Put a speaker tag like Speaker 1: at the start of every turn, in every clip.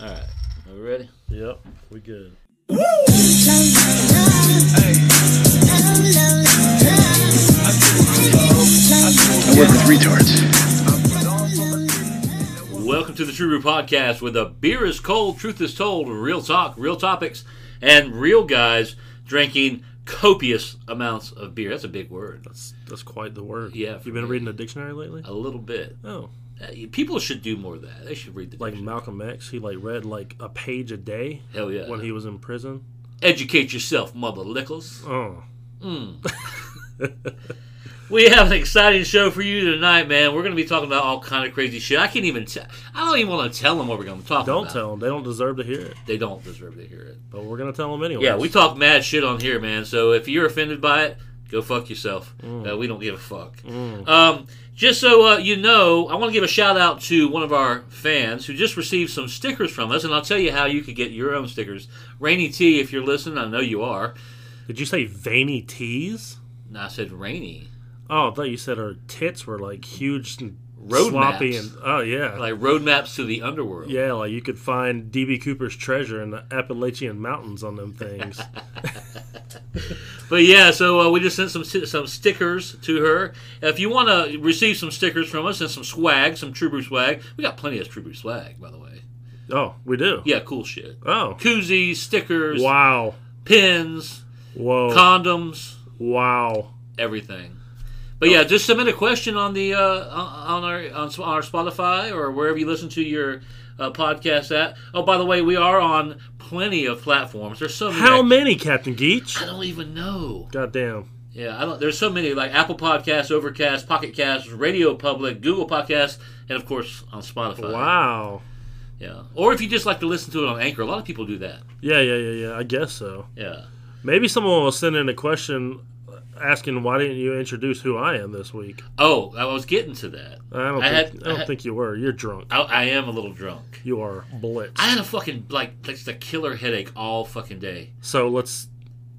Speaker 1: All right, are we ready?
Speaker 2: Yep, we good.
Speaker 3: I work with retards.
Speaker 1: Welcome to the True Brew Podcast, where the beer is cold, truth is told, real talk, real topics, and real guys drinking copious amounts of beer. That's a big word.
Speaker 2: That's that's quite the word.
Speaker 1: Yeah, for
Speaker 2: you been
Speaker 1: me.
Speaker 2: reading the dictionary lately?
Speaker 1: A little bit.
Speaker 2: Oh,
Speaker 1: Uh, People should do more of that. They should read the
Speaker 2: like Malcolm X, he like read like a page a day
Speaker 1: Hell yeah.
Speaker 2: when he was in prison.
Speaker 1: Educate yourself, mother lickles.
Speaker 2: Oh,
Speaker 1: We have an exciting show for you tonight, man. We're going to be talking about all kind of crazy shit. I can't even tell. I don't even want to tell them what we're going to talk about.
Speaker 2: don't tell them; they don't deserve to hear it.
Speaker 1: They don't deserve to hear it.
Speaker 2: But we're gonna tell them anyway.
Speaker 1: Yeah, we talk mad shit on here, man. So if you're offended by it, go fuck yourself.
Speaker 2: Mm.
Speaker 1: Uh, we don't give a fuck. Um, just so uh, you know, I want to give a shout out to one of our fans who just received some stickers from us, and I'll tell you how you could get your own stickers. Rainy T, if you're listening, I know you are.
Speaker 2: Did you say veiny tees?
Speaker 1: And I said Rainy,
Speaker 2: Oh, I thought you said her tits were like huge and
Speaker 1: Road
Speaker 2: sloppy
Speaker 1: maps.
Speaker 2: and oh yeah,
Speaker 1: like roadmaps to the underworld.
Speaker 2: yeah, like you could find DB Cooper's treasure in the Appalachian Mountains on them things.
Speaker 1: But yeah, so uh, we just sent some some stickers to her. If you want to receive some stickers from us and some swag, some True Brew swag, we got plenty of True Brew swag, by the way.
Speaker 2: oh, we do.
Speaker 1: Yeah, cool shit.
Speaker 2: Oh,
Speaker 1: Koozies, stickers,
Speaker 2: wow,
Speaker 1: pins,
Speaker 2: whoa,
Speaker 1: condoms,
Speaker 2: wow.
Speaker 1: everything. But yeah, just submit a question on the uh, on on our on Sp- our Spotify or wherever you listen to your uh, podcast at. Oh, by the way, we are on plenty of platforms. There's so many.
Speaker 2: How many, Captain Geach?
Speaker 1: I don't even know.
Speaker 2: Goddamn.
Speaker 1: Yeah, I don't, there's so many like Apple Podcasts, Overcast, Pocket Casts, Radio Public, Google Podcasts, and of course on Spotify.
Speaker 2: Wow.
Speaker 1: Yeah. Or if you just like to listen to it on Anchor, a lot of people do that.
Speaker 2: Yeah, yeah, yeah, yeah. I guess so.
Speaker 1: Yeah.
Speaker 2: Maybe someone will send in a question asking why didn't you introduce who I am this week?
Speaker 1: Oh, I was getting to that.
Speaker 2: I don't
Speaker 1: I
Speaker 2: think
Speaker 1: had-
Speaker 2: I don't
Speaker 1: I had-
Speaker 2: think you were. You're drunk.
Speaker 1: I, I am a little drunk.
Speaker 2: You are blitz.
Speaker 1: I had a fucking like like the killer headache all fucking day.
Speaker 2: so let's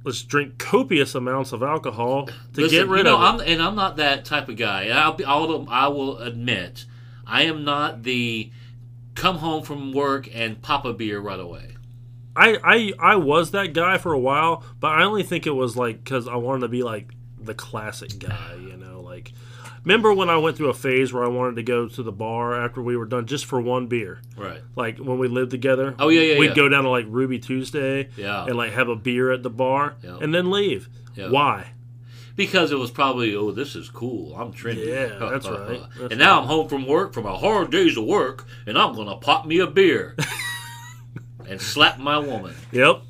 Speaker 2: let's drink copious amounts of alcohol to
Speaker 1: Listen,
Speaker 2: get rid
Speaker 1: you know,
Speaker 2: of it.
Speaker 1: I'm, and I'm not that type of guy. And I'll be, I'll, I will admit, I am not the come home from work and pop a beer right away.
Speaker 2: I, I I was that guy for a while, but I only think it was like because I wanted to be like the classic guy, you know. Like, remember when I went through a phase where I wanted to go to the bar after we were done just for one beer,
Speaker 1: Right.
Speaker 2: like when we lived together.
Speaker 1: Oh, yeah, yeah,
Speaker 2: We'd
Speaker 1: yeah.
Speaker 2: go down to like Ruby Tuesday,
Speaker 1: Yeah.
Speaker 2: and like have a beer at the bar,
Speaker 1: Yeah.
Speaker 2: and then leave.
Speaker 1: Yeah.
Speaker 2: Why?
Speaker 1: Because it was probably, oh, this is cool. I'm trendy.
Speaker 2: Yeah, that's right. That's
Speaker 1: and now I'm home from work, from a hard day's of work, and I'm going to pop me a beer and slap my woman.
Speaker 2: Yep.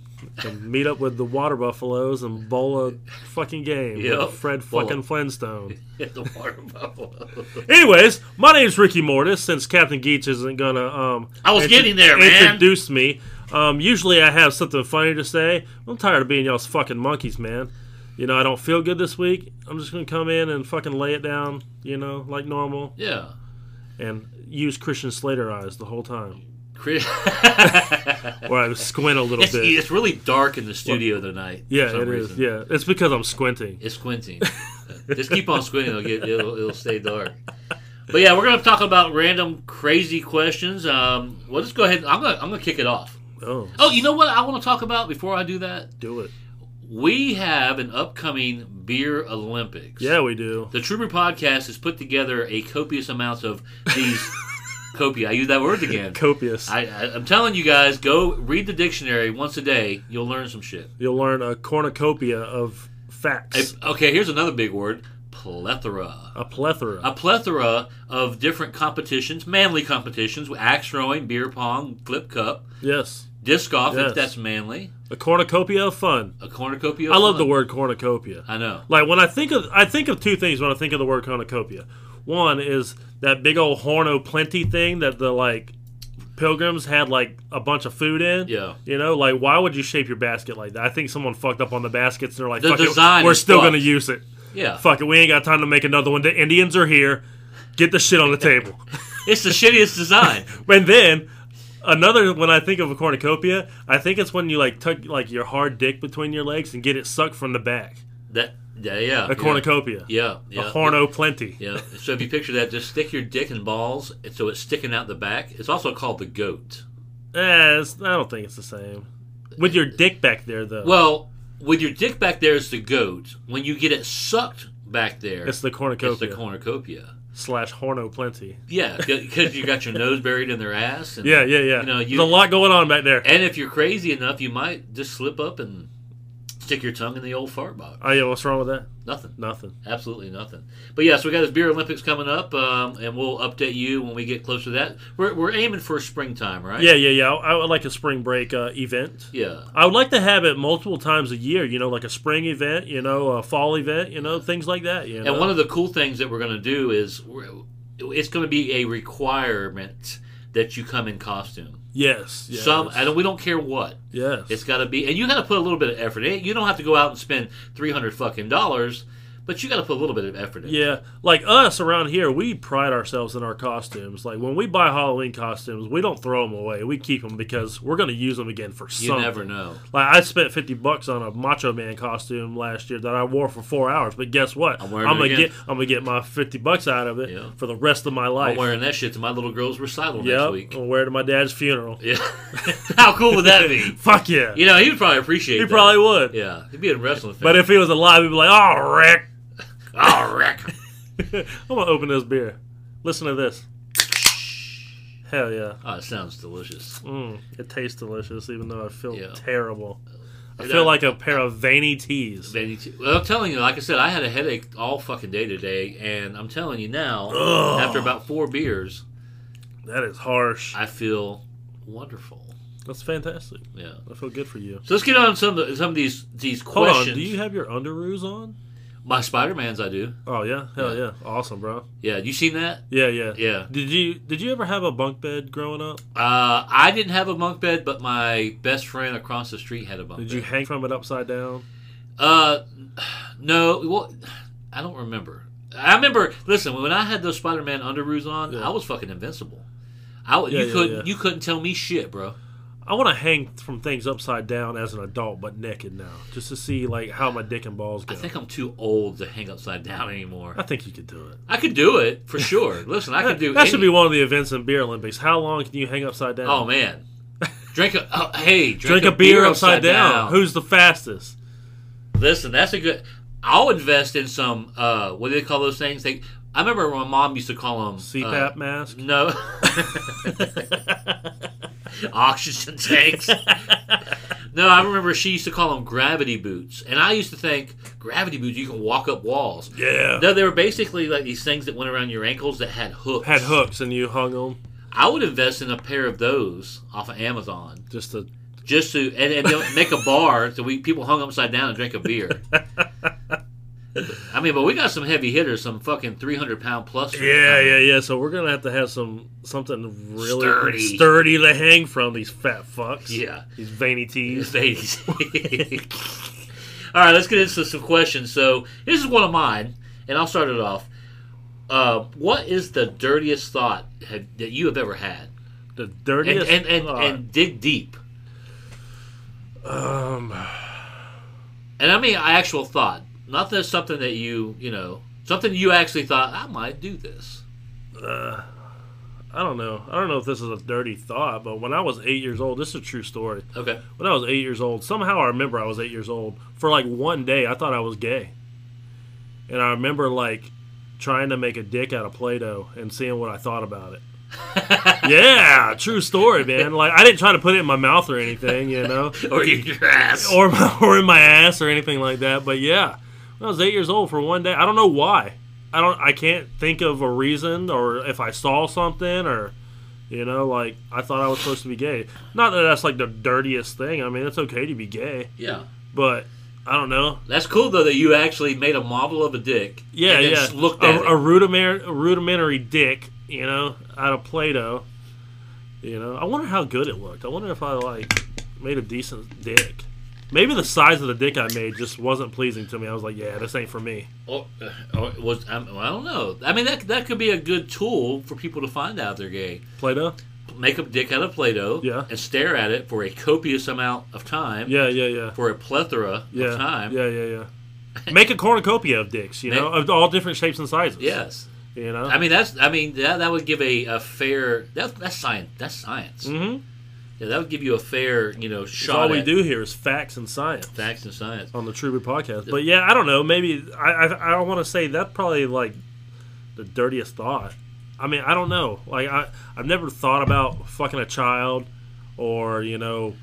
Speaker 2: To meet up with the water buffaloes and bowl a fucking game
Speaker 1: Yep.
Speaker 2: with Fred
Speaker 1: Bowl
Speaker 2: fucking
Speaker 1: it.
Speaker 2: Flintstone.
Speaker 1: Hit the water buffalo.
Speaker 2: Anyways, my name's Ricky Mortis. Since Captain Geach isn't gonna, um,
Speaker 1: I was getting there, man.
Speaker 2: Introduce me. Um, usually I have something funny to say. I'm tired of being y'all's fucking monkeys, man. You know I don't feel good this week. I'm just gonna come in and fucking lay it down, you know, like normal,
Speaker 1: yeah.
Speaker 2: and use Christian Slater eyes the whole time,
Speaker 1: Chris-
Speaker 2: or I squint a little
Speaker 1: it's,
Speaker 2: bit.
Speaker 1: it's really dark in the studio tonight. for
Speaker 2: Yeah,
Speaker 1: some
Speaker 2: it is.
Speaker 1: reason.
Speaker 2: Yeah, it's because I'm squinting.
Speaker 1: It's squinting. Uh, Just keep on squinting; it'll, get, it'll, it'll stay dark. But yeah, we're gonna talk about random crazy questions. Um, well, just go ahead. I'm gonna I'm gonna kick it off.
Speaker 2: Oh,
Speaker 1: Oh, you know what I want to talk about before I do that?
Speaker 2: do it.
Speaker 1: We have an upcoming beer Olympics.
Speaker 2: Yeah, we do.
Speaker 1: The Trooper Podcast has put together a copious amount of these copia. I use that word again.
Speaker 2: Copious.
Speaker 1: I, I, I'm telling you guys, go read the dictionary once a day. You'll learn some shit.
Speaker 2: You'll learn a cornucopia of facts,
Speaker 1: Okay, here's another big word: plethora.
Speaker 2: a plethora.
Speaker 1: a plethora of different competitions, manly competitions, axe throwing, beer pong, flip cup,
Speaker 2: yes,
Speaker 1: disc golf,
Speaker 2: Yes.
Speaker 1: if that's manly,
Speaker 2: a cornucopia of fun.
Speaker 1: a cornucopia.
Speaker 2: I love
Speaker 1: fun.
Speaker 2: the word cornucopia.
Speaker 1: I know.
Speaker 2: Like when I think of I think of two things when I think of the word cornucopia. One is that big old horn o' plenty thing that the like pilgrims had like a bunch of food in.
Speaker 1: Yeah.
Speaker 2: You know, like why would you shape your basket like that? I think someone fucked up on the baskets and they're like,
Speaker 1: The
Speaker 2: Fuck it,
Speaker 1: design
Speaker 2: we're
Speaker 1: is
Speaker 2: still
Speaker 1: fucked."
Speaker 2: gonna use it.
Speaker 1: Yeah.
Speaker 2: Fuck it, we ain't got time to make another one. The Indians are here. Get the shit on the table.
Speaker 1: It's the shittiest design.
Speaker 2: And then another when I think of a cornucopia, I think it's when you like tuck like your hard dick between your legs and get it sucked from the back.
Speaker 1: that, yeah, yeah.
Speaker 2: A cornucopia.
Speaker 1: Yeah, yeah.
Speaker 2: A horn o' plenty.
Speaker 1: Yeah. So if you picture that, just stick your dick and balls so it's sticking out the back. It's also called the goat.
Speaker 2: Eh, it's, I don't think it's the same. With your dick back there, though,
Speaker 1: Well, with your dick back there is the goat. When you get it sucked back there,
Speaker 2: it's the
Speaker 1: it's
Speaker 2: cornucopia
Speaker 1: the cornucopia.
Speaker 2: slash horno plenty.
Speaker 1: Yeah, because you got your nose buried in their ass. And,
Speaker 2: Yeah, yeah, yeah.
Speaker 1: You know, you-
Speaker 2: There's a lot going on back there.
Speaker 1: And if you're crazy enough, you might just slip up and stick your tongue in the old fart box.
Speaker 2: Oh yeah, what's wrong with that?
Speaker 1: Nothing.
Speaker 2: Nothing.
Speaker 1: Absolutely nothing. But yes, we got this beer Olympics coming up, um, and we'll update you when we get close to that. We're, we're aiming for springtime, right?
Speaker 2: Yeah, yeah, yeah. I, I would like a spring break uh, event.
Speaker 1: Yeah.
Speaker 2: I would like to have it multiple times a year. You know, like a spring event. You know, a fall event. You know, things like that. You know,
Speaker 1: And one of the cool things that we're going to do is we're, it's going to be a requirement that you come in costume.
Speaker 2: yes, yes,
Speaker 1: Some, I don't, we don't care what.
Speaker 2: yes.
Speaker 1: It's got to be, and you got to put a little bit of effort in. You don't have to go out and spend three hundred fucking dollars, but you got to put a little bit of effort in.
Speaker 2: Yeah, like us around here, we pride ourselves in our costumes. Like when we buy Halloween costumes, we don't throw them away. We keep them because we're going to use them again for
Speaker 1: you
Speaker 2: something.
Speaker 1: never know.
Speaker 2: Like I spent fifty bucks on a Macho Man costume last year that I wore for four hours, but guess what?
Speaker 1: I'm wearing it
Speaker 2: gonna
Speaker 1: again.
Speaker 2: get I'm gonna get my fifty bucks out of it
Speaker 1: Yeah.
Speaker 2: for the rest of my
Speaker 1: I'm
Speaker 2: life.
Speaker 1: wearing that shit to my little girl's recital
Speaker 2: Yep, Oh.
Speaker 1: next week.
Speaker 2: I'm gonna wear it to my dad's funeral.
Speaker 1: Yeah, how cool would that be?
Speaker 2: Fuck yeah,
Speaker 1: You know, he would probably appreciate.
Speaker 2: he
Speaker 1: that.
Speaker 2: probably would.
Speaker 1: Yeah, he'd be a wrestling fan.
Speaker 2: But if he was alive, he'd be like, "Oh, Rick,
Speaker 1: oh, Rick.
Speaker 2: I'm gonna open this beer. Listen to this. Hell yeah."
Speaker 1: Oh, it sounds delicious.
Speaker 2: Mm, it tastes delicious, even though I feel
Speaker 1: Yeah.
Speaker 2: terrible. I
Speaker 1: And
Speaker 2: feel
Speaker 1: I-
Speaker 2: like a pair of veiny teas.
Speaker 1: They need to- Well, I'm telling you, like I said, I had a headache all fucking day today, and I'm telling you now,
Speaker 2: Ugh.
Speaker 1: after about four beers,
Speaker 2: That is harsh.
Speaker 1: I feel wonderful.
Speaker 2: That's fantastic.
Speaker 1: Yeah.
Speaker 2: I feel good for you.
Speaker 1: So let's get on some of the, some of these these
Speaker 2: Hold
Speaker 1: questions.
Speaker 2: on, do you have your underoos on?
Speaker 1: My Spider Mans, I do.
Speaker 2: Oh yeah, hell
Speaker 1: Yeah.
Speaker 2: yeah, awesome, bro.
Speaker 1: Yeah, you seen that?
Speaker 2: Yeah, yeah,
Speaker 1: Yeah.
Speaker 2: Did you did you ever have a bunk bed growing up?
Speaker 1: Uh, I didn't have a bunk bed, but my best friend across the street had a bunk
Speaker 2: Did
Speaker 1: bed.
Speaker 2: you hang from it upside down?
Speaker 1: Uh, no. Well, I don't remember. I remember. Listen, when I had those Spider Man underoos on,
Speaker 2: Yeah.
Speaker 1: I was fucking invincible. I w
Speaker 2: Yeah,
Speaker 1: you
Speaker 2: yeah,
Speaker 1: couldn't
Speaker 2: yeah.
Speaker 1: you couldn't tell me shit, bro.
Speaker 2: I want to hang from things upside down as an adult, but naked now, just to see like how my dick and balls go.
Speaker 1: I think I'm too old to hang upside down anymore.
Speaker 2: I think you could do it.
Speaker 1: I could do it for sure. Listen, I could do.
Speaker 2: that should
Speaker 1: any-
Speaker 2: be one of the events in beer Olympics. How long can you hang upside down?
Speaker 1: Oh man, drink a oh, hey, drink,
Speaker 2: drink a beer, upside, down. Who's the fastest?
Speaker 1: Listen, that's a good. I'll invest in some. Uh, what do they call those things? They, I remember my mom used to call
Speaker 2: Uh,
Speaker 1: uh, them
Speaker 2: CPAP mask.
Speaker 1: No. Oxygen tanks. no, I remember she used to call them gravity boots. And I used to think, gravity boots, you can walk up walls.
Speaker 2: Yeah.
Speaker 1: No, they were basically like these things that went around your ankles that had hooks.
Speaker 2: Had hooks and you hung them
Speaker 1: I would invest in a pair of those off of Amazon
Speaker 2: just to.
Speaker 1: just to and, and they'll make a bar so we people hung upside down and drank a beer. I mean, but we got some heavy hitters, some fucking three hundred pound plus.
Speaker 2: Yeah, yeah, yeah. So we're gonna have to have some something really
Speaker 1: Sturdy.
Speaker 2: sturdy, to hang from these fat fucks.
Speaker 1: Yeah.
Speaker 2: These veiny tees.
Speaker 1: babies. All right, let's get into some questions. So this is one of mine, and I'll start it off. Uh, what is the dirtiest thought have, that you have ever had?
Speaker 2: The
Speaker 1: And
Speaker 2: dirtiest.
Speaker 1: and, and,
Speaker 2: thought.
Speaker 1: and dig deep.
Speaker 2: um,
Speaker 1: And I mean a actual thought, not that something that you you know something you actually thought I might do this.
Speaker 2: I don't know. I don't know if this is a dirty thought, but when I was eight years old, this is a true story.
Speaker 1: Okay.
Speaker 2: When I was eight years old, somehow I remember I was eight years old. For like one day, I thought I was gay. And I remember like trying to make a dick out of Play Doh and seeing what I thought about it. yeah, true story, man. Like, I didn't try to put it in my mouth or anything, you know,
Speaker 1: Or in your ass.
Speaker 2: or, my, or in my ass or anything like that. But yeah, when I was eight years old for one day, I don't know why. I don't. I can't think of a reason, or if I saw something, or you know, like I thought I was supposed to be gay. Not that that's like the dirtiest thing. I mean, it's okay to be gay,
Speaker 1: yeah.
Speaker 2: but I don't know.
Speaker 1: That's cool though that you actually made a model of a dick.
Speaker 2: Yeah,
Speaker 1: and then
Speaker 2: yeah.
Speaker 1: s- Looked
Speaker 2: a,
Speaker 1: at
Speaker 2: a
Speaker 1: it.
Speaker 2: rudimentary, a rudimentary dick, you know, out of Play-Doh. You know, I wonder how good it looked. I wonder if I like made a decent dick. Maybe the size of the dick I made just wasn't pleasing to me. I was like, yeah, this ain't for me.
Speaker 1: Or, uh, or was um, I don't know. I mean that that could be a good tool for people to find out they're gay.
Speaker 2: Play-Doh.
Speaker 1: Make a dick out of Play-Doh
Speaker 2: Yeah.
Speaker 1: and stare at it for a copious amount of time.
Speaker 2: Yeah, yeah, yeah,
Speaker 1: For a plethora
Speaker 2: yeah,
Speaker 1: of time.
Speaker 2: yeah, yeah, yeah. Make a cornucopia of dicks, you know, of all different shapes and sizes.
Speaker 1: Yes.
Speaker 2: you know.
Speaker 1: I mean that's I mean that that would give a, a fair that, that's science that's science.
Speaker 2: Mhm.
Speaker 1: Yeah, that would give you a fair, you know,
Speaker 2: So
Speaker 1: shot.
Speaker 2: all we
Speaker 1: at
Speaker 2: do here is facts and science
Speaker 1: Facts and science.
Speaker 2: on the True Blue podcast. But yeah, I don't know. Maybe I I, I want to say that's probably like the dirtiest thought. I mean, I don't know. Like I I've never thought about fucking a child or you know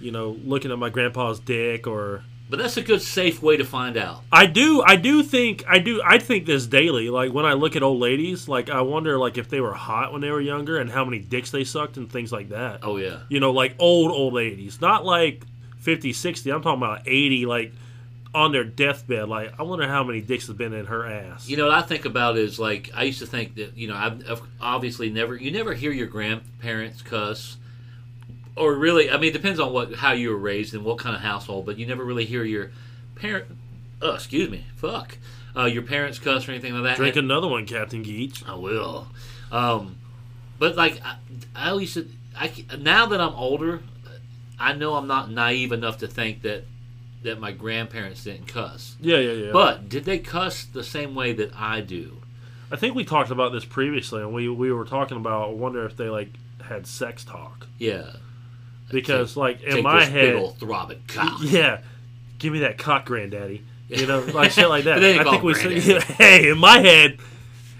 Speaker 2: you know looking at my grandpa's dick or
Speaker 1: But that's a good, safe way to find out.
Speaker 2: I do I do think I do I think this daily. Like when I look at old ladies, like I wonder like if they were hot when they were younger and how many dicks they sucked and things like that.
Speaker 1: Oh, yeah.
Speaker 2: you know, like old, old ladies, not like 50, 60. I'm talking about 80, like on their deathbed. Like, I wonder how many dicks have been in her ass.
Speaker 1: You know what I think about is like I used to think that you know I've, I've obviously never you never hear your grandparents cuss, or really I mean it depends on what how you were raised and what kind of household, but you never really hear your parent. Uh, excuse me, fuck, uh, your parents cuss or anything like that.
Speaker 2: Drink
Speaker 1: And-
Speaker 2: another one, Captain Geach.
Speaker 1: I will, um, but like I, I always said, I c- now that I'm older, I know I'm not naive enough to think that that my grandparents didn't cuss.
Speaker 2: Yeah, yeah, yeah.
Speaker 1: But did they cuss the same way that I do?
Speaker 2: I think we talked about this previously, and we, we were talking about, I wonder if they, like, had sex talk.
Speaker 1: Yeah.
Speaker 2: Because, like, in
Speaker 1: Take
Speaker 2: my
Speaker 1: this big
Speaker 2: head,
Speaker 1: old throbbing cock.
Speaker 2: yeah, give me that cock, granddaddy. You know, like shit like that.
Speaker 1: But they didn't
Speaker 2: I
Speaker 1: call
Speaker 2: think
Speaker 1: him
Speaker 2: we said,
Speaker 1: granddaddy.
Speaker 2: hey, in my head,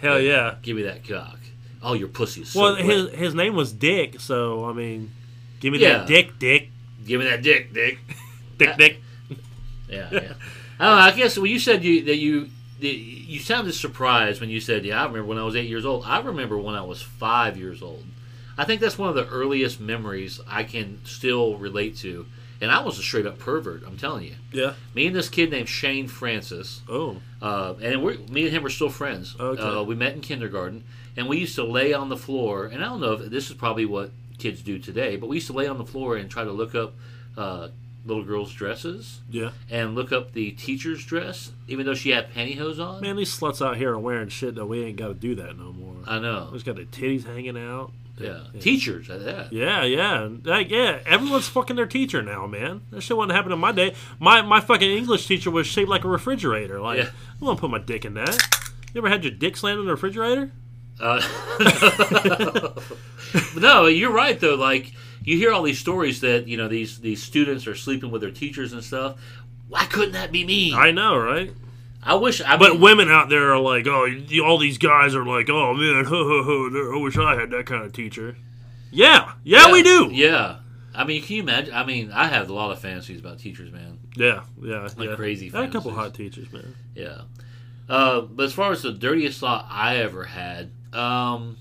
Speaker 2: hell yeah.
Speaker 1: Give me that cock. Oh, your pussy is so
Speaker 2: Well,
Speaker 1: wet.
Speaker 2: his, his name was Dick, so, I mean, give me
Speaker 1: Yeah.
Speaker 2: that dick, dick.
Speaker 1: Give me that dick, dick. Uh,
Speaker 2: Dick, dick.
Speaker 1: Yeah, yeah. I don't know. I guess when you said you that you that you sounded surprised when you said, "Yeah, I remember when I was eight years old." I remember when I was five years old. I think that's one of the earliest memories I can still relate to. And I was a straight up pervert. I'm telling you.
Speaker 2: Yeah.
Speaker 1: Me and this kid named Shane Francis.
Speaker 2: Oh.
Speaker 1: Uh, and we're, me and him are still friends.
Speaker 2: Okay.
Speaker 1: Uh, we met in kindergarten, and we used to lay on the floor. And I don't know if this is probably what kids do today, but we used to lay on the floor and try to look up uh, little girls' dresses
Speaker 2: Yeah.
Speaker 1: and look up the teacher's dress, even though she had pantyhose on.
Speaker 2: Man, these sluts out here are wearing shit that we ain't got to do that no more.
Speaker 1: I know.
Speaker 2: Just got their titties hanging out.
Speaker 1: Yeah. Teachers, at that.
Speaker 2: Yeah, yeah, like, yeah. Everyone's fucking their teacher now, man. That shit wouldn't happen in my day. My my fucking English teacher was shaped like a refrigerator. Like,
Speaker 1: Yeah.
Speaker 2: I want to put my dick in that. You ever had your dick slammed in the refrigerator?
Speaker 1: Uh, no, you're right though. Like you hear all these stories that you know these these students are sleeping with their teachers and stuff. Why couldn't that be me? I,
Speaker 2: I know, right?
Speaker 1: wish. I
Speaker 2: But
Speaker 1: mean-
Speaker 2: women out there are like, oh, you- all these guys are like, oh man, ho ho ho. I wish I had that kind of teacher. Yeah, yeah, we do.
Speaker 1: Yeah. I mean, can you imagine? I mean, I have a lot of fantasies about teachers, man.
Speaker 2: yeah, yeah.
Speaker 1: Like
Speaker 2: yeah.
Speaker 1: crazy
Speaker 2: I had a couple
Speaker 1: fantasies.
Speaker 2: hot teachers, man.
Speaker 1: Yeah. Uh, but as far as the dirtiest thought I ever had, um,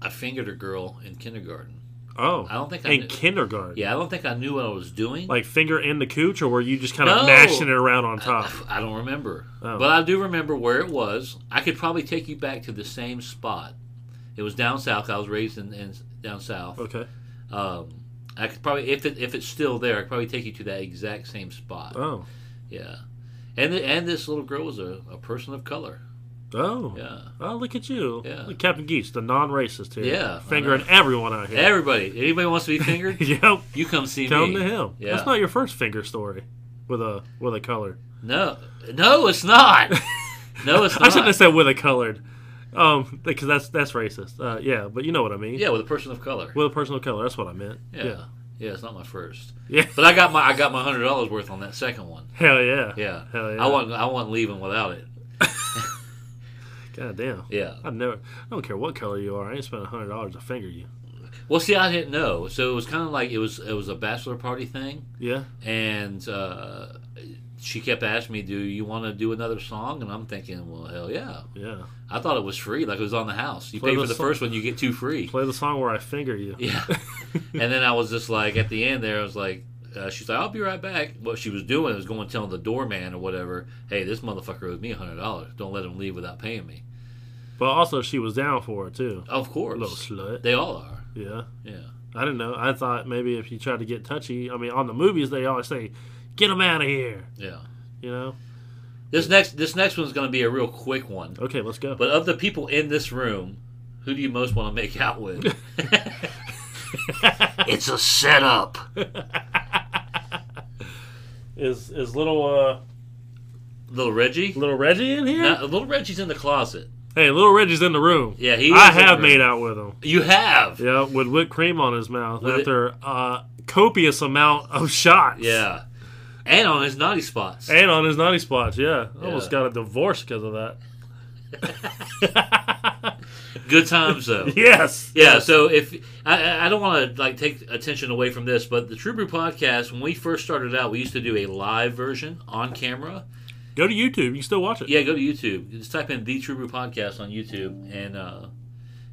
Speaker 1: I fingered a girl in kindergarten.
Speaker 2: Oh,
Speaker 1: I don't think I
Speaker 2: in
Speaker 1: knew-
Speaker 2: kindergarten.
Speaker 1: Yeah, I don't think I knew what I was doing.
Speaker 2: Like finger in the cooch, or were you just kind of
Speaker 1: No.
Speaker 2: mashing it around on top?
Speaker 1: I don't remember.
Speaker 2: uh, Oh.
Speaker 1: But I do remember where it was. I could probably take you back to the same spot. It was down south. I was raised in, in down south.
Speaker 2: Okay.
Speaker 1: Um, I could probably, if it, if it's still there, I could probably take you to that exact same spot.
Speaker 2: Oh.
Speaker 1: Yeah, and th- and this little girl was a, a person of color.
Speaker 2: Oh.
Speaker 1: Yeah,
Speaker 2: Oh, look at you.
Speaker 1: Yeah.
Speaker 2: Look, Captain Geese, the non-racist here.
Speaker 1: Yeah, I
Speaker 2: Fingering everyone out here.
Speaker 1: everybody. Anybody wants to be fingered,
Speaker 2: yep.
Speaker 1: you come see
Speaker 2: Come
Speaker 1: me.
Speaker 2: to him.
Speaker 1: Yeah.
Speaker 2: That's not your first finger story with a with a color.
Speaker 1: No, no, it's not. No, it's
Speaker 2: I shouldn't have
Speaker 1: not.
Speaker 2: said with a colored, um, because that's that's racist. Uh, yeah, but you know what I mean.
Speaker 1: Yeah, with a person of color.
Speaker 2: With a personal color, that's what I meant.
Speaker 1: Yeah. yeah, it's not my first.
Speaker 2: Yeah.
Speaker 1: but I got my I got my hundred dollars worth on that second one.
Speaker 2: Hell yeah.
Speaker 1: Yeah,
Speaker 2: Hell yeah.
Speaker 1: I wasn't I wasn't leaving without it.
Speaker 2: God damn.
Speaker 1: Yeah.
Speaker 2: I've never. I don't care what color you are. I ain't spent hundred dollars to finger you.
Speaker 1: Well, see, I didn't know, so it was kind of like it was it was a bachelor party thing,
Speaker 2: Yeah.
Speaker 1: and uh, she kept asking me, "Do you want to do another song?" And I'm thinking, "Well, hell yeah."
Speaker 2: Yeah.
Speaker 1: I thought it was free, like it was on the house. You
Speaker 2: Play
Speaker 1: pay
Speaker 2: the
Speaker 1: for the
Speaker 2: song.
Speaker 1: first one, you get two free.
Speaker 2: Play the song where I finger you.
Speaker 1: Yeah. and then I was just like, at the end there, I was like, uh, she's like, I'll be right back. What she was doing was going and telling the doorman or whatever, hey, this motherfucker owes me $100. Don't let him leave without paying me.
Speaker 2: But also, she was down for it too.
Speaker 1: Of course.
Speaker 2: Little slut.
Speaker 1: They all are.
Speaker 2: Yeah.
Speaker 1: Yeah.
Speaker 2: I didn't know. I thought maybe if you tried to get touchy, I mean, on the movies they always say, "Get him out of here,"
Speaker 1: Yeah.
Speaker 2: you know.
Speaker 1: This next this next one's going to be a real quick one.
Speaker 2: Okay, let's go.
Speaker 1: But of the people in this room, who do you most want to make out with? it's a setup.
Speaker 2: is is little uh
Speaker 1: Little Reggie?
Speaker 2: little Reggie in here?
Speaker 1: Now, little Reggie's in the closet.
Speaker 2: Hey, little Reggie's in the room.
Speaker 1: Yeah, he
Speaker 2: I
Speaker 1: is in
Speaker 2: have
Speaker 1: the room.
Speaker 2: made out with him.
Speaker 1: You have.
Speaker 2: Yeah, with whipped cream on his mouth
Speaker 1: With it-
Speaker 2: after uh, copious amount of shots.
Speaker 1: Yeah. And on his naughty spots.
Speaker 2: and on his naughty spots. Yeah, I
Speaker 1: Yeah.
Speaker 2: almost got a divorce because of that.
Speaker 1: Good times though.
Speaker 2: Yes.
Speaker 1: Yeah, so if I- I, I don't want to like take attention away from this, but the True Brew podcast, when we first started out, we used to do a live version on camera.
Speaker 2: Go to YouTube. You can still watch it.
Speaker 1: Yeah, go to YouTube. Just type in the True Brew podcast on YouTube, and uh,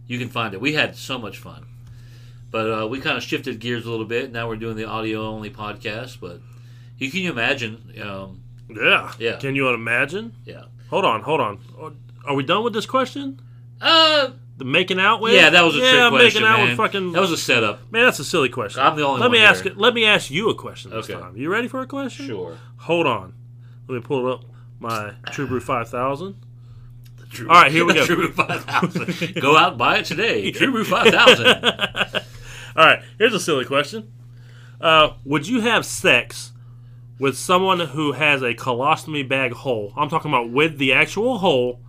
Speaker 1: you can find it. We had so much fun, but uh, we kind of shifted gears a little bit. Now we're doing the audio only podcast, but you can you imagine? Um,
Speaker 2: Yeah.
Speaker 1: Yeah.
Speaker 2: Can you imagine?
Speaker 1: yeah.
Speaker 2: Hold on. Hold on. Are- Are we done with this question?
Speaker 1: Uh,
Speaker 2: The making out with?
Speaker 1: yeah, that was a
Speaker 2: yeah,
Speaker 1: trick question,
Speaker 2: making out
Speaker 1: man.
Speaker 2: with fucking.
Speaker 1: That was a setup.
Speaker 2: man, that's a silly question.
Speaker 1: I'm the only
Speaker 2: Let
Speaker 1: one
Speaker 2: me
Speaker 1: here.
Speaker 2: ask it. Let me ask you a question this
Speaker 1: Okay.
Speaker 2: time. You ready for a question?
Speaker 1: Sure.
Speaker 2: Hold on. Let me pull up my True Brew Five Thousand. All right, here we go.
Speaker 1: True Brew 5000. go out and buy it today. True Brew 5000.
Speaker 2: All right, here's a silly question. Uh, would you have sex with someone who has a colostomy bag hole? I'm talking about with the actual hole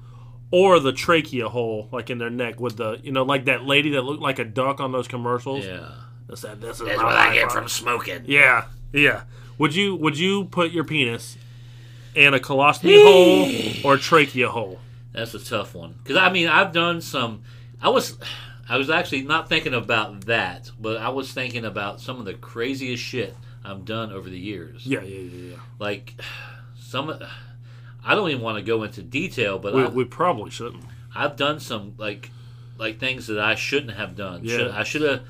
Speaker 2: or the trachea hole, like in their neck, with the, you know, like that lady that looked like a duck on those commercials.
Speaker 1: Yeah.
Speaker 2: That's, that, that's,
Speaker 1: That's
Speaker 2: my
Speaker 1: what I
Speaker 2: life,
Speaker 1: get
Speaker 2: bro.
Speaker 1: from smoking.
Speaker 2: Yeah, yeah. Would you would you put your penis in a colostomy hole or trachea hole?
Speaker 1: That's a tough one because I mean I've done some. I was, I was actually not thinking about that, but I was thinking about some of the craziest shit I've done over the years.
Speaker 2: Yeah, yeah, yeah, yeah.
Speaker 1: Like some, I don't even want to go into detail, but
Speaker 2: We,
Speaker 1: I,
Speaker 2: we probably shouldn't.
Speaker 1: I've done some like, like things that I shouldn't have done.
Speaker 2: Yeah.
Speaker 1: Should, I should have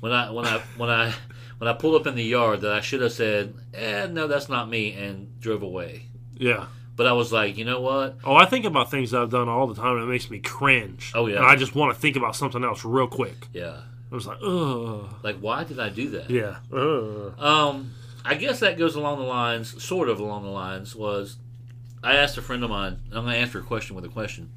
Speaker 1: when I when I when I when I pulled up in the yard that I should have said, eh, no, that's not me, and drove away.
Speaker 2: Yeah.
Speaker 1: But I was like, you know what?
Speaker 2: Oh, I think about things that I've done all the time, and it makes me cringe.
Speaker 1: Oh, yeah.
Speaker 2: and I just want to think about something else real quick.
Speaker 1: Yeah.
Speaker 2: I was like, ugh,
Speaker 1: Like, why did I do that?
Speaker 2: yeah, ugh.
Speaker 1: Um, I guess that goes along the lines, sort of along the lines, was I asked a friend of mine, and I'm going to answer a question with a question,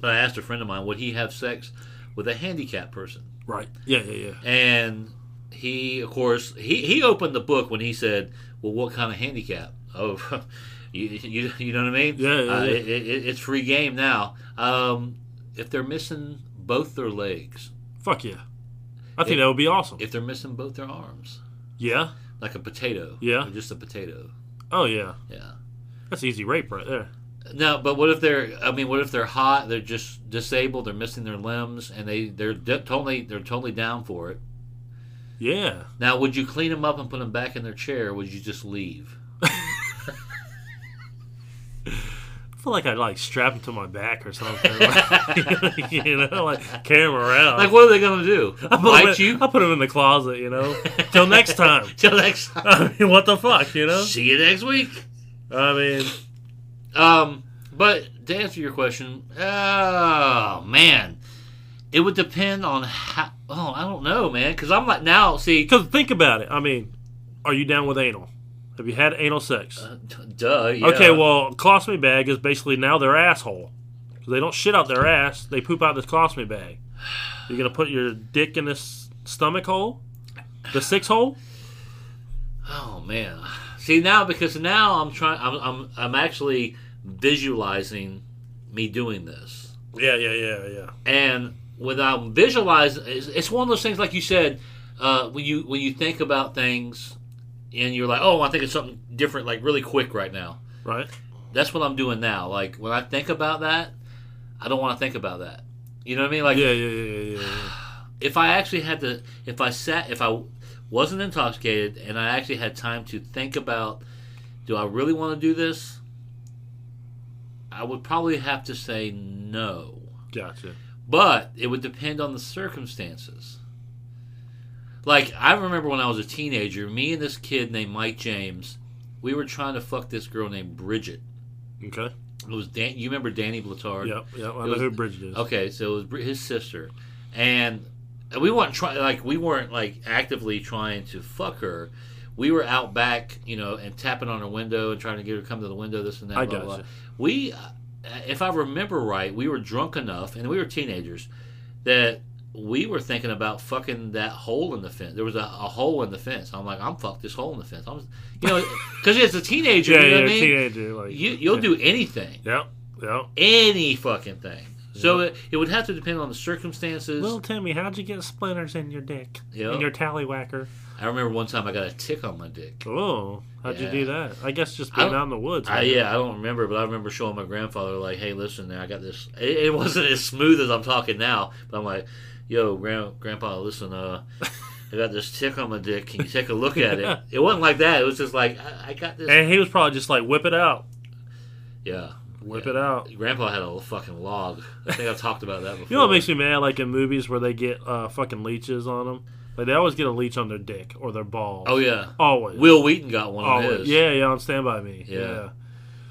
Speaker 1: but I asked a friend of mine, would he have sex with a handicapped person?
Speaker 2: right, yeah, yeah, yeah,
Speaker 1: And he, of course, he, he opened the book when he said, well, what kind of handicap? Oh, you, you, you know what I mean?
Speaker 2: Yeah, yeah,
Speaker 1: Uh,
Speaker 2: yeah.
Speaker 1: it, it, it's free game now. Um, if they're missing both their legs,
Speaker 2: fuck yeah. I think
Speaker 1: If-
Speaker 2: that would be awesome.
Speaker 1: if they're missing both their arms,
Speaker 2: yeah,
Speaker 1: like a potato,
Speaker 2: Yeah.
Speaker 1: or just a potato,
Speaker 2: oh yeah,
Speaker 1: yeah.
Speaker 2: that's easy rape right there.
Speaker 1: No, but what if they're? I mean, what if they're hot? They're just disabled. They're missing their limbs, and they they're d- totally they're totally down for it.
Speaker 2: Yeah,
Speaker 1: Now, would you clean them up and put them back in their chair? or Would you just leave?
Speaker 2: I feel like I'd like strap it to my back or something, like, you know, like carry 'em around.
Speaker 1: Like, what are they Oh. gonna do?
Speaker 2: I put 'em
Speaker 1: Bite
Speaker 2: in-
Speaker 1: you?
Speaker 2: I put him in the closet, you know. Till next time.
Speaker 1: Till next time.
Speaker 2: I mean, what the fuck, you know?
Speaker 1: See you next week.
Speaker 2: I mean,
Speaker 1: Um, but to answer your question, oh man, it would depend on how. Oh, I don't know, man, because I'm like now. See,
Speaker 2: Because think about it. I mean, are you down with anal? Have you had anal sex?
Speaker 1: uh, d- duh. Yeah.
Speaker 2: Okay, well, colostomy bag is basically now their asshole. 'Cause they don't shit out their ass; they poop out this colostomy bag. You're gonna put your dick in this stomach hole, the six hole.
Speaker 1: Oh man, see now because now I'm trying. I'm I'm, I'm actually visualizing me doing this,
Speaker 2: Yeah, yeah, yeah, yeah.
Speaker 1: and when I'm visualizing, it's, it's one of those things like you said uh, when you when you think about things, and you're like, oh, I think it's something different, like really quick right now.
Speaker 2: Right?
Speaker 1: That's what I'm doing now. Like when I think about that, I don't want to think about that. You know what I mean? Like
Speaker 2: Yeah, yeah, yeah, yeah, yeah. yeah.
Speaker 1: if I actually had to, if I sat, if I wasn't intoxicated and I actually had time to think about, do I really want to do this? I would probably have to say no.
Speaker 2: Gotcha.
Speaker 1: But it would depend on the circumstances. Like, I remember when I was a teenager, me and this kid named Mike James, we were trying to fuck this girl named Bridget.
Speaker 2: Okay.
Speaker 1: It was Dan- you remember Danny Blatard?
Speaker 2: Yep, yep. I
Speaker 1: It
Speaker 2: know
Speaker 1: was-
Speaker 2: who Bridget is.
Speaker 1: Okay, so it was Bri- his sister, and we weren't trying like we weren't like actively trying to fuck her. We were out back, you know, and tapping on her window and trying to get her to come to the window. This and that.
Speaker 2: I
Speaker 1: blah, blah,
Speaker 2: gotcha.
Speaker 1: blah. We, uh, if I remember right, we were drunk enough, and we were teenagers, that we were thinking about fucking that hole in the fence. There was a, a hole in the fence. I'm like, I'm fucked this hole in the fence. I'm, you know, because as a teenager,
Speaker 2: Yeah,
Speaker 1: you know
Speaker 2: yeah,
Speaker 1: what I mean.
Speaker 2: teenager. Like,
Speaker 1: You, you'll do anything,
Speaker 2: Yep, yep.
Speaker 1: any fucking thing. So it, it would have to depend on the circumstances.
Speaker 2: Little Timmy, how'd you get splinters in your dick?
Speaker 1: Yeah.
Speaker 2: In your tallywhacker?
Speaker 1: I remember one time I got a tick on my dick.
Speaker 2: Oh, how'd
Speaker 1: Yeah.
Speaker 2: you do that? I guess just
Speaker 1: I
Speaker 2: being
Speaker 1: don't-
Speaker 2: out in the woods.
Speaker 1: I,
Speaker 2: huh?
Speaker 1: yeah, I don't remember, but I remember showing my grandfather like, "Hey, listen, there, I got this." It, it wasn't as smooth as I'm talking now, but I'm like, "Yo, grand, grandpa, listen, uh, I got this tick on my dick. Can you take a look at it?" It wasn't like that. It was just like, "I, I got this."
Speaker 2: And he was probably just like, whip it out.
Speaker 1: yeah,
Speaker 2: Whip
Speaker 1: Yeah.
Speaker 2: it out.
Speaker 1: grandpa had a fucking log. I think I've talked about that before.
Speaker 2: You know what makes me mad? Like in movies where they get uh, fucking leeches on them. Like they always get a leech on their dick or their balls.
Speaker 1: Oh yeah,
Speaker 2: Always.
Speaker 1: Will Wheaton got one of
Speaker 2: Always.
Speaker 1: his.
Speaker 2: Oh, Yeah, yeah, on Stand By Me.
Speaker 1: Yeah.
Speaker 2: Yeah.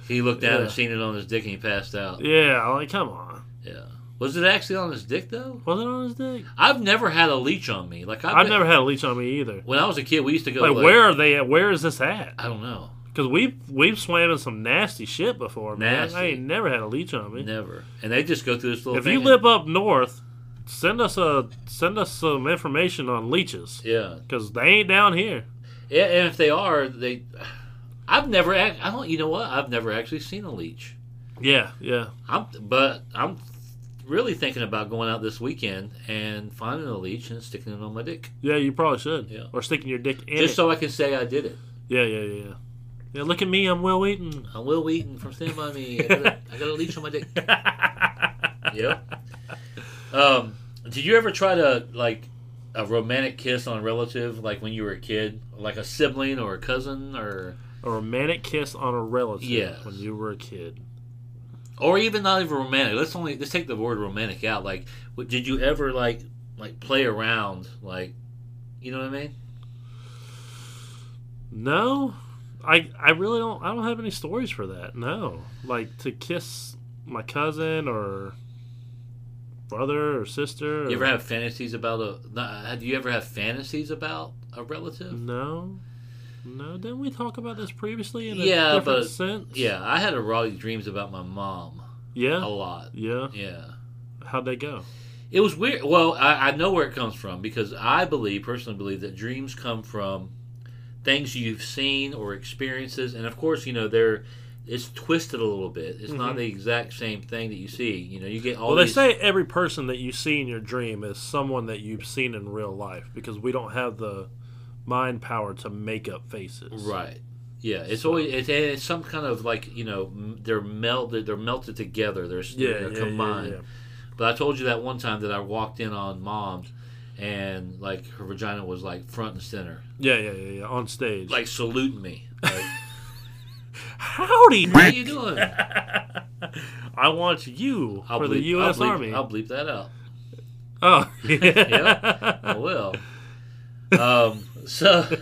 Speaker 1: he looked at
Speaker 2: Yeah.
Speaker 1: it, seen it on his dick, and he passed out.
Speaker 2: Yeah, like, come on.
Speaker 1: Yeah, was it actually on his dick though?
Speaker 2: Was it on his dick?
Speaker 1: I've never had a leech on me. Like I've,
Speaker 2: I've
Speaker 1: been-
Speaker 2: never had a leech on me either.
Speaker 1: When I was a kid, we used to go
Speaker 2: Like, where are they at? Where is this at?
Speaker 1: I don't know.
Speaker 2: Because we've, we've swam in some nasty shit before, man.
Speaker 1: Nasty.
Speaker 2: I ain't never had a leech on me.
Speaker 1: Never. And they just go through this little.
Speaker 2: If
Speaker 1: thing
Speaker 2: you
Speaker 1: and-
Speaker 2: live up north, send us a send us some information on leeches
Speaker 1: yeah,
Speaker 2: because they ain't down here.
Speaker 1: yeah, and if they are, they. I've never. ac- I don't. You know what? I've never actually seen a leech.
Speaker 2: Yeah, yeah.
Speaker 1: I'm, but I'm really thinking about going out this weekend and finding a leech and sticking it on my dick,
Speaker 2: Yeah, you probably should.
Speaker 1: Yeah.
Speaker 2: Or sticking your dick in
Speaker 1: just
Speaker 2: it.
Speaker 1: so I can say I did it.
Speaker 2: yeah, yeah, yeah, yeah. Yeah, look at me, I'm Will Wheaton.
Speaker 1: I'm Will Wheaton from Stand by Me. I got a, I got a leech on my dick. yeah. Um, did you ever try to like a romantic kiss on a relative, like when you were a kid, like a sibling or a cousin, or
Speaker 2: A romantic kiss on a relative
Speaker 1: Yes.
Speaker 2: when you were a kid.
Speaker 1: or even not even romantic? Let's only let's take the word romantic out. Like, what, did you ever like like play around, like, you know what I mean?
Speaker 2: No, I I really don't. I don't have any stories for that. No, like to kiss my cousin or brother or sister.
Speaker 1: You
Speaker 2: or-
Speaker 1: ever have fantasies about a? not- Have you ever have fantasies about a
Speaker 2: Mm.
Speaker 1: relative?
Speaker 2: No, no. Didn't we talk about this previously in a
Speaker 1: Yeah,
Speaker 2: different
Speaker 1: but-
Speaker 2: sense?
Speaker 1: Yeah, I had erotic dreams about my mom a
Speaker 2: yeah,
Speaker 1: lot.
Speaker 2: yeah.
Speaker 1: Yeah.
Speaker 2: How'd they go?
Speaker 1: It was weird. Well, I, I know where it comes from because I believe, personally believe, that dreams come from things you've seen or experiences, and of course, you know they're it's twisted a little bit. It's not the exact same thing that you see. You know, you get all.
Speaker 2: Mm-hmm. Well, they
Speaker 1: these-
Speaker 2: say every person that you see in your dream is someone that you've seen in real life because we don't have the mind power to make up faces.
Speaker 1: right. Yeah, it's always it's, it's some kind of like you know m- they're melted they're melted together. They're, s-
Speaker 2: Yeah, yeah,
Speaker 1: they're
Speaker 2: yeah,
Speaker 1: combined.
Speaker 2: yeah.
Speaker 1: But I told you that one time that I walked in on mom, and like her vagina was like front and center,
Speaker 2: Yeah, yeah, yeah, yeah. On stage.
Speaker 1: like saluting me. Like,
Speaker 2: howdy.
Speaker 1: what are you doing?
Speaker 2: I want you for the
Speaker 1: bleep-
Speaker 2: U.S.
Speaker 1: I'll bleep,
Speaker 2: Army.
Speaker 1: I'll bleep that out.
Speaker 2: Oh, yeah.
Speaker 1: Yeah, I will. Um, so,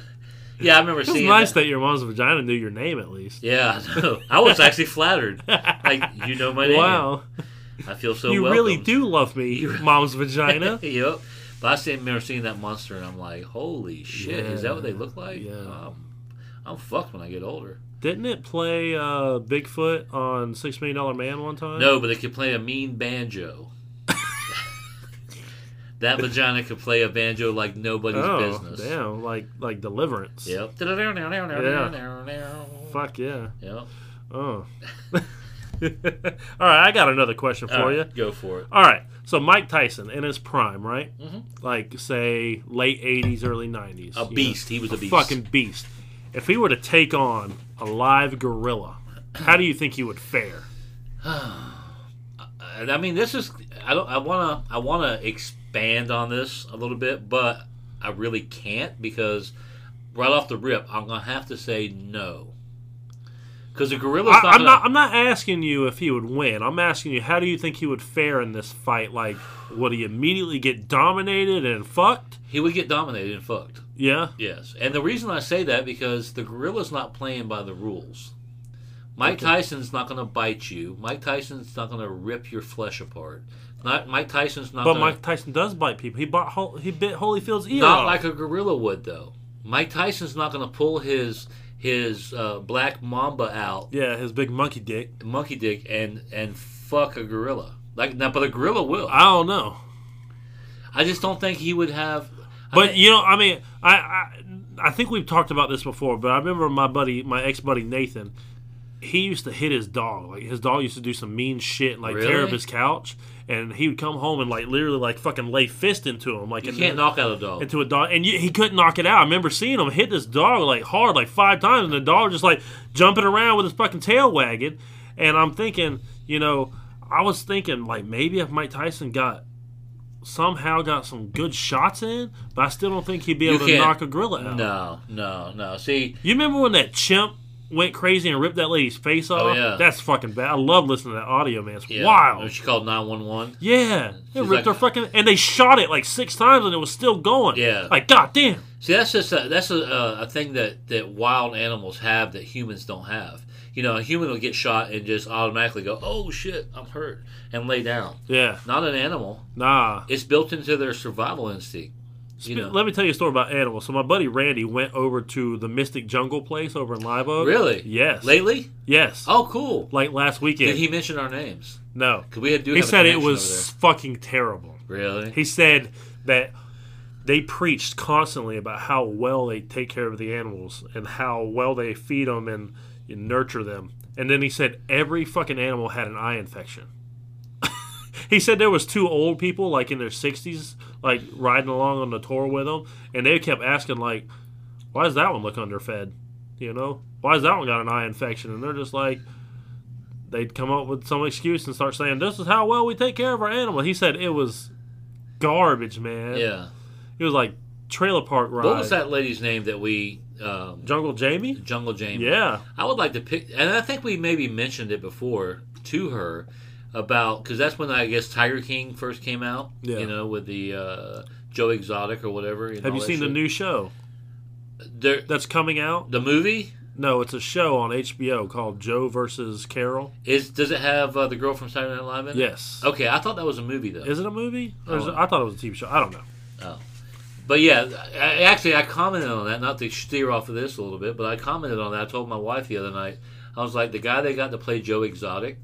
Speaker 1: yeah, I remember
Speaker 2: It's
Speaker 1: seeing
Speaker 2: nice
Speaker 1: that.
Speaker 2: that your mom's vagina knew your name at least.
Speaker 1: Yeah, I know. I was actually flattered. Like, you know my name.
Speaker 2: Wow,
Speaker 1: I feel so
Speaker 2: you
Speaker 1: welcome.
Speaker 2: really do love me, mom's vagina.
Speaker 1: yep. But I see- remember seeing that monster, and I'm like, holy shit, is that what they look like?
Speaker 2: Yeah.
Speaker 1: Um, I'm fucked when I get older.
Speaker 2: Didn't it play uh, Bigfoot on Six Million Dollar Man one time?
Speaker 1: No, but they could play a mean banjo. that vagina could play a banjo like nobody's
Speaker 2: Oh,
Speaker 1: business.
Speaker 2: damn! Like like Deliverance.
Speaker 1: Yep.
Speaker 2: Fuck yeah.
Speaker 1: Yep.
Speaker 2: Oh. All right, I got another question for
Speaker 1: All
Speaker 2: you.
Speaker 1: right, Go for it.
Speaker 2: All right, so Mike Tyson in his prime, right? Like say late '80s, early '90s.
Speaker 1: Mm-hmm. A
Speaker 2: you know?
Speaker 1: beast. He was a beast.
Speaker 2: fucking beast. If he were to take on a live gorilla, how do you think he would fare?
Speaker 1: And I mean, this is. I don't. I wanna. I wanna expand on this a little bit, but I really can't because right off the rip, I'm gonna have to say no. Because the gorilla's
Speaker 2: I,
Speaker 1: not.
Speaker 2: I'm
Speaker 1: gonna-
Speaker 2: not. I'm not asking you if he would win. I'm asking you how do you think he would fare in this fight? Like, would he immediately get dominated and fucked?
Speaker 1: He would get dominated and fucked.
Speaker 2: Yeah.
Speaker 1: Yes, and the reason I say that because the gorilla's not playing by the rules. Mike Tyson's not gonna bite you. Mike Tyson's not gonna rip your flesh apart. Not Mike Tyson's not.
Speaker 2: But
Speaker 1: gonna,
Speaker 2: Mike Tyson does bite people. He bought. Hol- He bit Holyfield's ear.
Speaker 1: Not
Speaker 2: off.
Speaker 1: like a gorilla would, though. Mike Tyson's not going to pull his his uh, black mamba out,
Speaker 2: yeah, his big monkey dick.
Speaker 1: monkey dick, and and fuck a gorilla. Like now, but a gorilla will.
Speaker 2: I don't know.
Speaker 1: I just don't think he would have. I
Speaker 2: But
Speaker 1: thi-
Speaker 2: you know, I mean, I, I I think we've talked about this before, but I remember my buddy, my ex buddy Nathan. he used to hit his dog. Like his dog used to do some mean shit, like tear
Speaker 1: Really?
Speaker 2: up his couch, and he would come home and like literally like fucking lay fist into him, like
Speaker 1: You
Speaker 2: in-
Speaker 1: can't knock out a dog.
Speaker 2: into a dog, and you, he couldn't knock it out. I remember seeing him hit this dog like hard, like five times, and the dog just like jumping around with his fucking tail wagging. And I'm thinking, you know, I was thinking like maybe if Mike Tyson got somehow got some good shots in, but I still don't think he'd be
Speaker 1: You
Speaker 2: able to
Speaker 1: can't-
Speaker 2: knock a gorilla out.
Speaker 1: No, no, no. See,
Speaker 2: You remember when that chimp went crazy and ripped that lady's face off?
Speaker 1: Oh, yeah.
Speaker 2: That's fucking bad. I love listening to that audio, man. It's
Speaker 1: yeah,
Speaker 2: wild.
Speaker 1: She called nine one one.
Speaker 2: Yeah. They
Speaker 1: She's
Speaker 2: ripped
Speaker 1: like-
Speaker 2: her fucking and they shot it like six times and it was still going.
Speaker 1: Yeah.
Speaker 2: Like, goddamn.
Speaker 1: See, that's just a, that's a, uh, a thing that, that wild animals have that humans don't have. You know, a human will get shot and just automatically go, "Oh shit, I'm hurt," and lay down.
Speaker 2: Yeah.
Speaker 1: Not an animal.
Speaker 2: Nah.
Speaker 1: It's built into their survival instinct. You know,
Speaker 2: Let me tell you a story about animals. So my buddy Randy went over to the Mystic Jungle place over in Live Oak.
Speaker 1: really?
Speaker 2: Yes.
Speaker 1: Lately?
Speaker 2: Yes.
Speaker 1: Oh, cool.
Speaker 2: Like last weekend.
Speaker 1: Did he mention our names?
Speaker 2: no.
Speaker 1: 'Cause we had- do
Speaker 2: He
Speaker 1: have a
Speaker 2: said it
Speaker 1: connection
Speaker 2: was fucking terrible.
Speaker 1: over there. really.
Speaker 2: He said that they preached constantly about how well they take care of the animals and how well they feed them and you nurture them. And then he said every fucking animal had an eye infection. he said there was two old people like in their 60s like riding along on the tour with him and they kept asking like why does that one look underfed? You know, why does that one got an eye infection? And they're just like, they'd come up with some excuse and start saying, "This is how well we take care of our animal." He said it was garbage, man.
Speaker 1: yeah.
Speaker 2: it was like trailer park ride.
Speaker 1: What was that lady's name that we um,
Speaker 2: Jungle Jamie?
Speaker 1: Jungle Jamie?
Speaker 2: Yeah,
Speaker 1: I would like to pick, and I think we maybe mentioned it before to her about because that's when I guess Tiger King first came out.
Speaker 2: Yeah.
Speaker 1: You know, with the uh, Joe Exotic or whatever. and
Speaker 2: have
Speaker 1: all
Speaker 2: you
Speaker 1: that
Speaker 2: seen the
Speaker 1: shit.
Speaker 2: new show
Speaker 1: There-
Speaker 2: that's coming out?
Speaker 1: the movie
Speaker 2: No, it's a show on HBO called Joe versus Carol.
Speaker 1: is does it have uh, the girl from Saturday Night Live in it?
Speaker 2: Yes,
Speaker 1: Okay, I thought that was a movie though.
Speaker 2: is it a movie? Or is
Speaker 1: Oh.
Speaker 2: it, I thought it was a TV show. I don't know.
Speaker 1: But yeah, I, actually, I commented on that. Not to steer off of this a little bit, but I commented on that. I told my wife the other night. I was like, the guy they got to play Joe Exotic,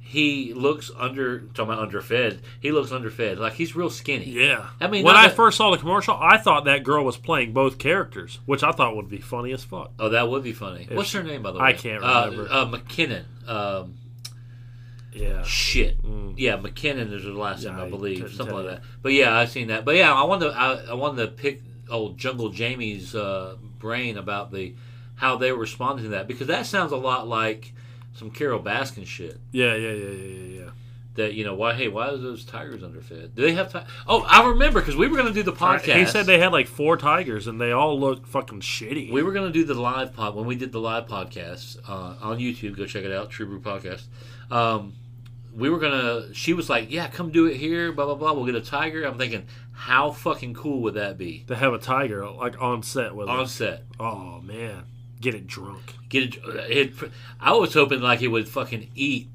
Speaker 1: he looks under. Talking about underfed, he looks underfed. Like he's real skinny.
Speaker 2: Yeah.
Speaker 1: I mean,
Speaker 2: when
Speaker 1: not
Speaker 2: I
Speaker 1: that-
Speaker 2: first saw the commercial, I thought that girl was playing both characters, which I thought would be funny as fuck.
Speaker 1: Oh, that would be funny. What's her name by the way?
Speaker 2: I can't
Speaker 1: Uh,
Speaker 2: remember.
Speaker 1: Uh, McKinnon. Um,
Speaker 2: Yeah.
Speaker 1: shit.
Speaker 2: Mm.
Speaker 1: Yeah, McKinnon is her last
Speaker 2: Yeah,
Speaker 1: name, I,
Speaker 2: I
Speaker 1: believe,
Speaker 2: couldn't
Speaker 1: something
Speaker 2: tell
Speaker 1: like
Speaker 2: you.
Speaker 1: that. But yeah, I've seen that. But yeah, I wanted to, I, I wanted to pick old Jungle Jamie's uh, brain about the how they were responding to that because that sounds a lot like some Carol Baskin shit.
Speaker 2: Yeah, yeah, yeah, yeah, yeah, yeah.
Speaker 1: That you know why? Hey, why are those tigers underfed? Do they have? Ti- oh, I remember because we were going to do the podcast.
Speaker 2: He said they had like four tigers and they all looked fucking shitty.
Speaker 1: We were going to do the live pod when we did the live podcast uh, on YouTube. Go check it out, True Brew Podcast. Um, we were going to. She was like, "Yeah, come do it here." Blah blah blah. We'll get a tiger. I'm thinking, how fucking cool would that be
Speaker 2: to have a tiger like on set with
Speaker 1: on
Speaker 2: us.
Speaker 1: set?
Speaker 2: Oh man, get it drunk.
Speaker 1: Get it, it. I was hoping like it would fucking eat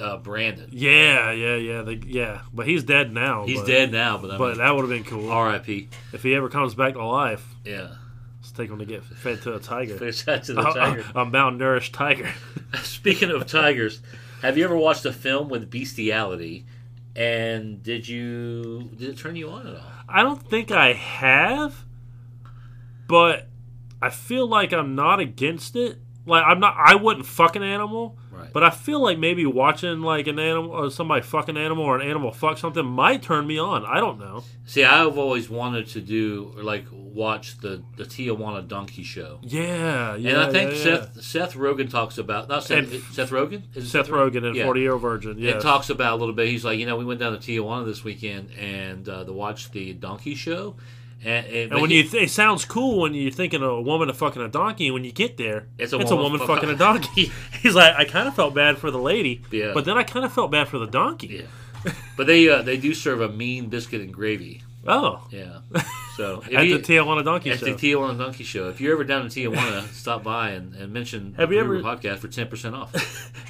Speaker 1: uh, Brandon.
Speaker 2: Yeah, yeah, yeah, they, yeah. But he's dead now.
Speaker 1: He's
Speaker 2: but,
Speaker 1: dead now, but I
Speaker 2: But
Speaker 1: mean,
Speaker 2: that would have been cool
Speaker 1: R.I.P.
Speaker 2: if he ever comes back to life.
Speaker 1: Yeah,
Speaker 2: Let's take him to get fed to a tiger.
Speaker 1: Face out to the
Speaker 2: Uh-huh.
Speaker 1: tiger.
Speaker 2: A, a malnourished tiger.
Speaker 1: Speaking of tigers, have you ever watched a film with bestiality? And did you did it turn you on at all?
Speaker 2: I don't think I have, but I feel like I'm not against it. Like I'm not. I wouldn't fuck an animal,
Speaker 1: Right.
Speaker 2: but I feel like maybe watching like an animal, or somebody fuck an animal, or an animal fuck something might turn me on. I don't know.
Speaker 1: See, I've always wanted to do or like watch the the Tijuana Donkey Show,
Speaker 2: Yeah, yeah.
Speaker 1: and I think
Speaker 2: yeah, yeah.
Speaker 1: Seth Seth Rogen talks about not Seth
Speaker 2: And-
Speaker 1: Seth Rogen is it
Speaker 2: Seth Rogen and
Speaker 1: Yeah.
Speaker 2: Forty Year Old Virgin. Yeah,
Speaker 1: It talks about a little bit. He's like, you know, we went down to Tijuana this weekend and uh, to watch the Donkey Show, and, and,
Speaker 2: and
Speaker 1: but
Speaker 2: when
Speaker 1: he-
Speaker 2: you th- it sounds cool when you're thinking of a woman a fucking a donkey, and when you get there,
Speaker 1: It's a
Speaker 2: woman, fucking a donkey. He's like, I kind of felt bad for the lady,
Speaker 1: Yeah.
Speaker 2: but then I kind of felt bad for the donkey.
Speaker 1: yeah, but they uh, they do serve a mean biscuit and gravy,
Speaker 2: Oh,
Speaker 1: yeah. So if
Speaker 2: at
Speaker 1: you-
Speaker 2: the Tijuana Donkey
Speaker 1: at
Speaker 2: Show.
Speaker 1: the Tijuana Donkey Show, if you're ever down in Tijuana, stop by and, and mention
Speaker 2: Have you
Speaker 1: the Brew
Speaker 2: ever-
Speaker 1: podcast for ten percent off.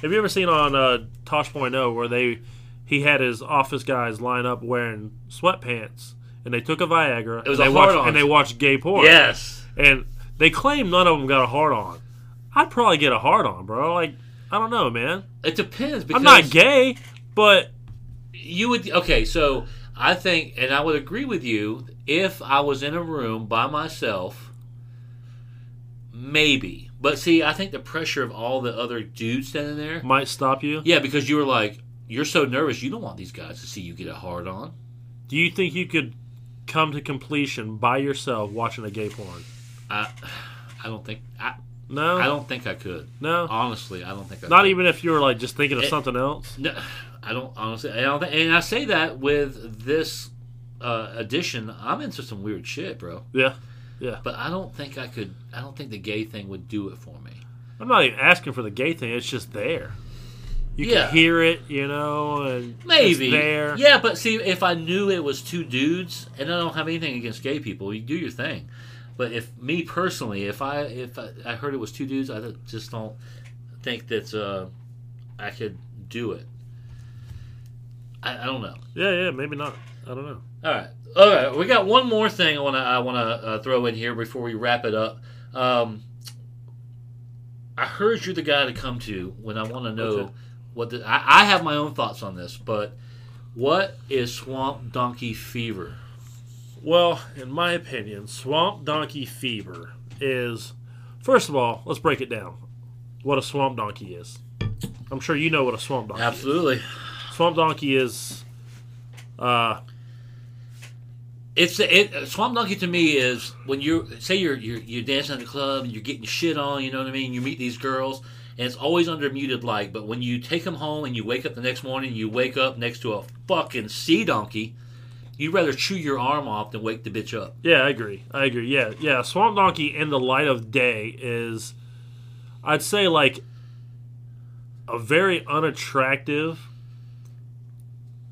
Speaker 2: Have you ever seen on uh, Tosh.0 where they he had his office guys line up wearing sweatpants and they took a Viagra
Speaker 1: was
Speaker 2: and,
Speaker 1: a
Speaker 2: they watched,
Speaker 1: hard-on.
Speaker 2: and they watched gay porn.
Speaker 1: yes.
Speaker 2: and they claim none of them got a hard on. I'd probably get a hard on, bro. Like I don't know, man.
Speaker 1: It depends because
Speaker 2: I'm not gay, but
Speaker 1: you would okay so i think and i would agree with you if i was in a room by myself maybe But see, I think the pressure of all the other dudes standing there.
Speaker 2: Might stop you.
Speaker 1: Yeah, because you were like, you're so nervous. You don't want these guys to see you get a hard on.
Speaker 2: Do you think you could come to completion by yourself watching a gay porn?
Speaker 1: I, I don't think I,
Speaker 2: No,
Speaker 1: I don't think I could.
Speaker 2: no.
Speaker 1: Honestly, I don't think I.
Speaker 2: Not
Speaker 1: could.
Speaker 2: even if you were like just thinking of
Speaker 1: It-
Speaker 2: something else.
Speaker 1: No, I don't honestly. I don't think, and I say that with this uh, edition. I'm into some weird shit, bro.
Speaker 2: Yeah,
Speaker 1: But I don't think I could. I don't think the gay thing would do it for me.
Speaker 2: I'm not even asking for the gay thing. It's just there. You
Speaker 1: Yeah.
Speaker 2: can hear it, you know, and it's
Speaker 1: Maybe.
Speaker 2: there.
Speaker 1: Yeah, but see, if I knew it was two dudes, and I don't have anything against gay people, you do your thing. But if me personally, if I if I, I heard it was two dudes, I don't- just don't think that uh, I could do it. I, I don't know.
Speaker 2: yeah, yeah. Maybe not. I don't know.
Speaker 1: All right, all right. We got one more thing I want to I want to uh, throw in here before we wrap it up. Um, I heard you're the guy to come to when I want to know
Speaker 2: Okay.
Speaker 1: what the, I, I have my own thoughts on this, but what is swamp donkey fever?
Speaker 2: Well, in my opinion, swamp donkey fever is. First of all, let's break it down. What a swamp donkey is. I'm sure you know what a swamp donkey is.
Speaker 1: Absolutely,
Speaker 2: Swamp donkey is. Uh,
Speaker 1: it's it, swamp donkey to me is when you say you're, you're you're dancing at the club and you're getting shit on. You know what I mean? You meet these girls. And it's always under muted light, but when you take them home and you wake up the next morning, you wake up next to a fucking sea donkey. You'd rather chew your arm off than wake the bitch up.
Speaker 2: yeah, I agree. I agree. Yeah, yeah. Swamp donkey in the light of day is, I'd say, like a very unattractive,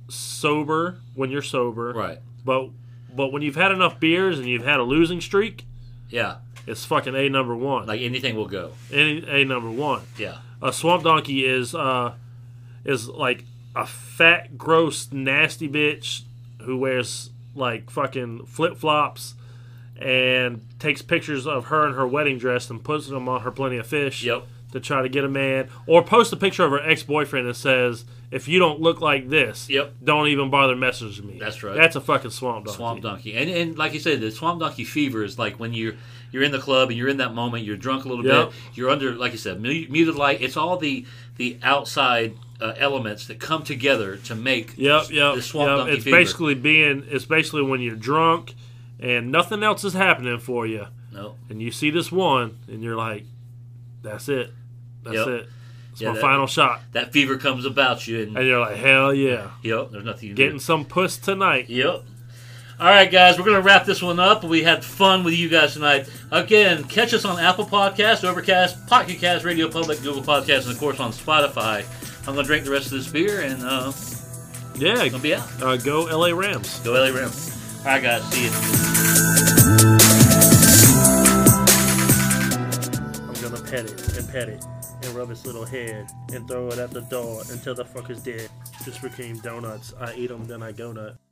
Speaker 2: sober when you're sober,
Speaker 1: Right.
Speaker 2: but but when you've had enough beers and you've had a losing streak,
Speaker 1: Yeah.
Speaker 2: it's fucking a number one.
Speaker 1: Like anything will go.
Speaker 2: any a number one.
Speaker 1: Yeah.
Speaker 2: A swamp donkey is uh is like a fat, gross, nasty bitch who wears like fucking flip flops and takes pictures of her in her wedding dress and puts them on her plenty of fish
Speaker 1: Yep.
Speaker 2: to try to get a man or post a picture of her ex-boyfriend and says if you don't look like this
Speaker 1: Yep.
Speaker 2: don't even bother messaging me
Speaker 1: That's right.
Speaker 2: that's a fucking swamp donkey
Speaker 1: Swamp donkey. And and like you said, the swamp donkey fever is like when you're you're in the club and you're in that moment, you're drunk a little
Speaker 2: Yep.
Speaker 1: bit, you're under like you said, mu- muted light. It's all the the outside uh, elements that come together to make
Speaker 2: Yep, yep.
Speaker 1: the swamp
Speaker 2: yep.
Speaker 1: donkey
Speaker 2: it's
Speaker 1: fever.
Speaker 2: basically being it's basically when you're drunk and nothing else is happening for you
Speaker 1: no.
Speaker 2: and you see this one and you're like that's it. That's
Speaker 1: Yep.
Speaker 2: it. It's
Speaker 1: Yeah,
Speaker 2: my
Speaker 1: that-
Speaker 2: final shot.
Speaker 1: That fever comes about you and
Speaker 2: And you're like, "Hell yeah.
Speaker 1: yep, there's nothing you can do.
Speaker 2: Getting some puss tonight."
Speaker 1: Yep. All right, guys, we're going to wrap this one up. We had fun with you guys tonight. Again, catch us on Apple Podcasts, Overcast, Pocket Cast, Radio Public, Google Podcasts, and of course on Spotify. I'm going to drink the rest of this beer and uh,
Speaker 2: Yeah.
Speaker 1: going to be out.
Speaker 2: Uh, go LA Rams.
Speaker 1: Go LA Rams. All right, guys, see you.
Speaker 2: I'm going to pet it and pet it and rub its little head and throw it at the door until the fucker's dead. Just for cream donuts. I eat them then I go nut.